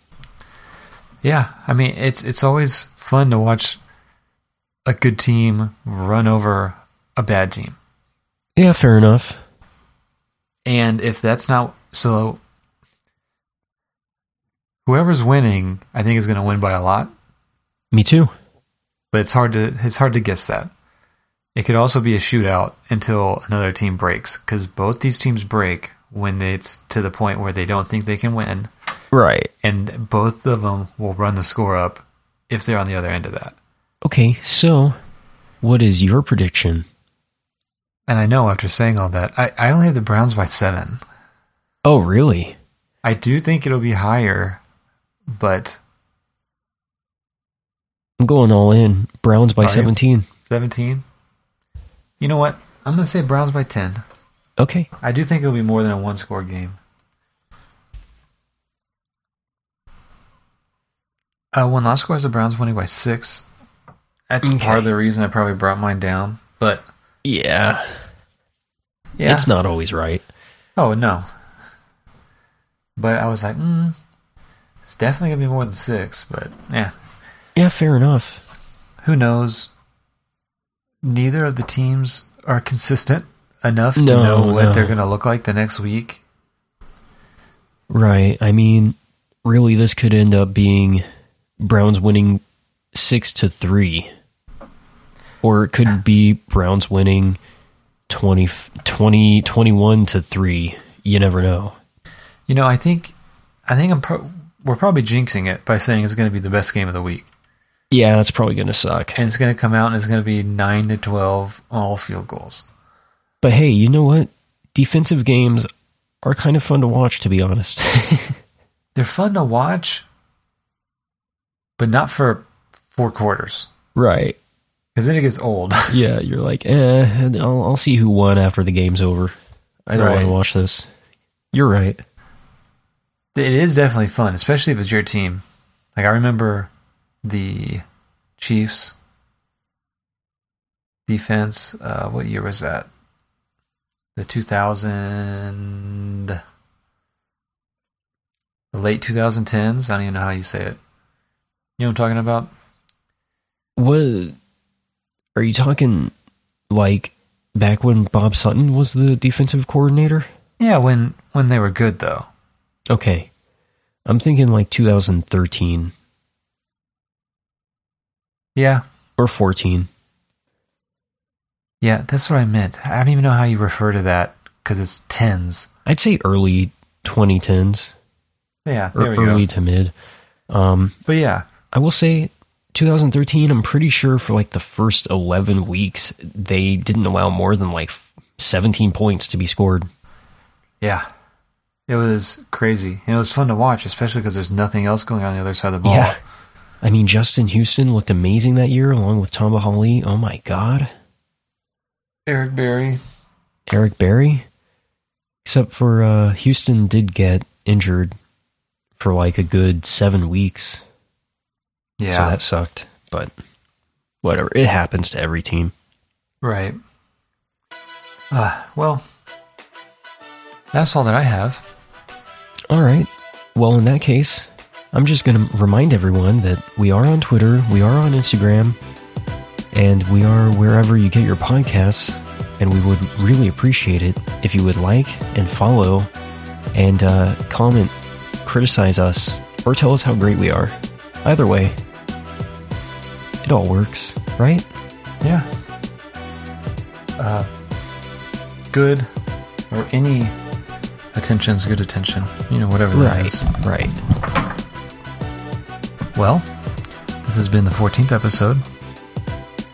Speaker 1: Yeah, I mean it's it's always fun to watch a good team run over a bad team.
Speaker 2: Yeah, fair enough.
Speaker 1: And if that's not so whoever's winning, I think is going to win by a lot,
Speaker 2: Me too.
Speaker 1: but it's hard to it's hard to guess that. It could also be a shootout until another team breaks cuz both these teams break when it's to the point where they don't think they can win
Speaker 2: Right.
Speaker 1: and both of them will run the score up if they're on the other end of that.
Speaker 2: Okay, so what is your prediction?
Speaker 1: And I know after saying all that, I, I only have the Browns by seven.
Speaker 2: Oh, really?
Speaker 1: I do think it'll be higher, but
Speaker 2: I'm going all in. Browns by
Speaker 1: Are you?
Speaker 2: 17.
Speaker 1: 17. You know what? I'm going to say Browns by 10.
Speaker 2: Okay.
Speaker 1: I do think it'll be more than a one score game. Uh, one last score is the Browns winning by six. That's
Speaker 2: Okay.
Speaker 1: part of the reason I probably brought mine down. But
Speaker 2: Yeah.
Speaker 1: yeah,
Speaker 2: It's not always right.
Speaker 1: Oh no. But I was like, mm, it's definitely gonna be more than six. But yeah,
Speaker 2: Yeah, fair enough.
Speaker 1: who knows? Neither of the teams are consistent enough to
Speaker 2: No,
Speaker 1: know what
Speaker 2: no.
Speaker 1: they're gonna look like the next week.
Speaker 2: Right. I mean, really, this could end up being Browns winning 6 to 3. Or it could be Browns winning 20, 20 21 to 3. You never know.
Speaker 1: You know, I think, I think I'm pro- we're probably jinxing it by saying it's gonna be the best game of the week,
Speaker 2: Yeah, that's probably going to suck.
Speaker 1: and it's gonna come out and it's gonna be nine to twelve all field goals.
Speaker 2: But hey, you know what? Defensive games are kind of fun to watch, to be honest.
Speaker 1: They're fun to watch, but not for four quarters
Speaker 2: right.
Speaker 1: because then it gets old.
Speaker 2: Yeah, you're like, eh, I'll, I'll see who won after the game's over. I don't want
Speaker 1: Right.
Speaker 2: to watch this. You're right.
Speaker 1: It is definitely fun, especially if it's your team. Like I remember the Chiefs defense. Uh, what year was that? The 2000, the late 2010s. I don't even know how you say it. You know what I'm talking about?
Speaker 2: What are you talking like back when Bob Sutton was the defensive coordinator?
Speaker 1: Yeah, when when they were good though.
Speaker 2: Okay. I'm thinking like 2013
Speaker 1: Yeah,
Speaker 2: or 14.
Speaker 1: yeah, that's what I meant. I don't even know how you refer to that because it's tens.
Speaker 2: I'd say early 2010s
Speaker 1: Yeah,
Speaker 2: or
Speaker 1: there we
Speaker 2: early
Speaker 1: go.
Speaker 2: to mid. Um,
Speaker 1: But yeah,
Speaker 2: I will say 2013, I'm pretty sure for like the first 11 weeks, they didn't allow more than like 17 points to be scored.
Speaker 1: Yeah. It was crazy. And it was fun to watch, especially because there's nothing else going on the other side of the ball.
Speaker 2: I mean, Justin Houston looked amazing that year along with Tom Bahali. Oh my God.
Speaker 1: Eric Berry.
Speaker 2: Eric Berry. Except for uh, Houston did get injured for like a good seven weeks.
Speaker 1: Yeah.
Speaker 2: So that sucked. But whatever. It happens to every team.
Speaker 1: right. Uh, well, that's all that I have.
Speaker 2: All right. Well, in that case, I'm just going to remind everyone that we are on Twitter, we are on Instagram, and we are wherever you get your podcasts. And we would really appreciate it if you would like and follow and uh, comment, criticize us, or tell us how great we are. Either way, it all works, right?
Speaker 1: Yeah. Uh, good or any attention's good attention. You know, whatever that is.
Speaker 2: right.
Speaker 1: Well, this has been the 14th episode.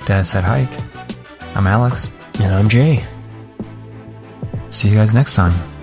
Speaker 1: Dad said hike. I'm Alex.
Speaker 2: And I'm Jay.
Speaker 1: See you guys next time.